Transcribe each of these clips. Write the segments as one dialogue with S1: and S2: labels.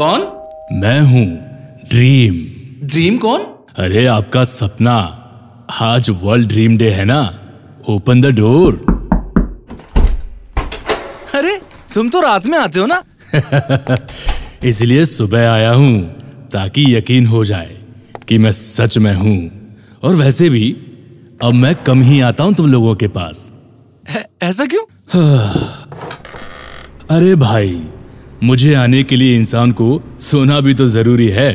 S1: कौन
S2: मैं हूँ ड्रीम
S1: ड्रीम कौन
S2: अरे आपका सपना आज वर्ल्ड ड्रीम डे है ना ओपन द डोर
S1: अरे तुम तो रात में आते हो ना
S2: इसलिए सुबह आया हूँ ताकि यकीन हो जाए कि मैं सच में हूँ और वैसे भी अब मैं कम ही आता हूँ तुम लोगों के पास
S1: ऐ- ऐसा क्यों
S2: अरे भाई मुझे आने के लिए इंसान को सोना भी तो जरूरी है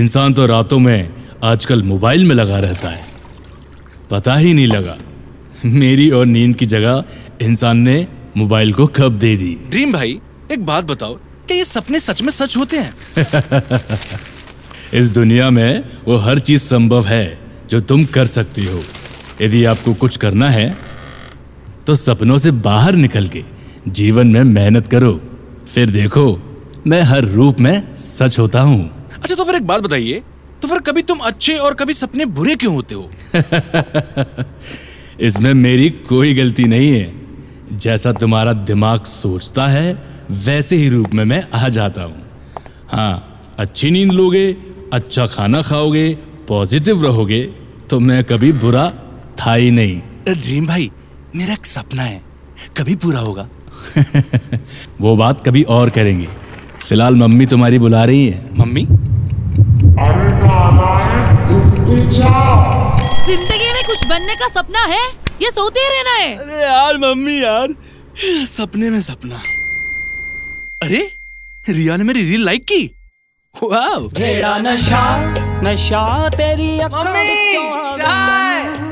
S2: इंसान तो रातों में आजकल मोबाइल में लगा रहता है पता ही नहीं लगा मेरी और नींद की जगह इंसान ने मोबाइल को कब दे दी
S1: ड्रीम भाई एक बात बताओ क्या ये सपने सच में सच होते हैं
S2: इस दुनिया में वो हर चीज संभव है जो तुम कर सकती हो यदि आपको कुछ करना है तो सपनों से बाहर निकल के जीवन में मेहनत करो फिर देखो मैं हर रूप में सच होता हूँ
S1: अच्छा तो फिर एक बात बताइए तो फिर कभी तुम अच्छे और कभी सपने बुरे क्यों होते हो
S2: इसमें मेरी कोई गलती नहीं है जैसा तुम्हारा दिमाग सोचता है वैसे ही रूप में मैं आ जाता हूँ हाँ अच्छी नींद लोगे अच्छा खाना खाओगे पॉजिटिव रहोगे तो मैं कभी बुरा था ही नहीं
S1: ड्रीम भाई मेरा एक सपना है कभी पूरा होगा
S2: वो बात कभी और करेंगे फिलहाल मम्मी तुम्हारी बुला रही है
S1: मम्मी
S3: अरे नालायक उठ भी जाओ
S4: जिंदगी में कुछ बनने का सपना है ये सोते ही रहना है
S1: अरे यार मम्मी यार सपने में सपना अरे रिया ने मेरी रील लाइक की वाओ
S5: छेड़ा नशा नशा तेरी अखों
S1: मम्मी
S5: विचों आ गया।
S1: चाय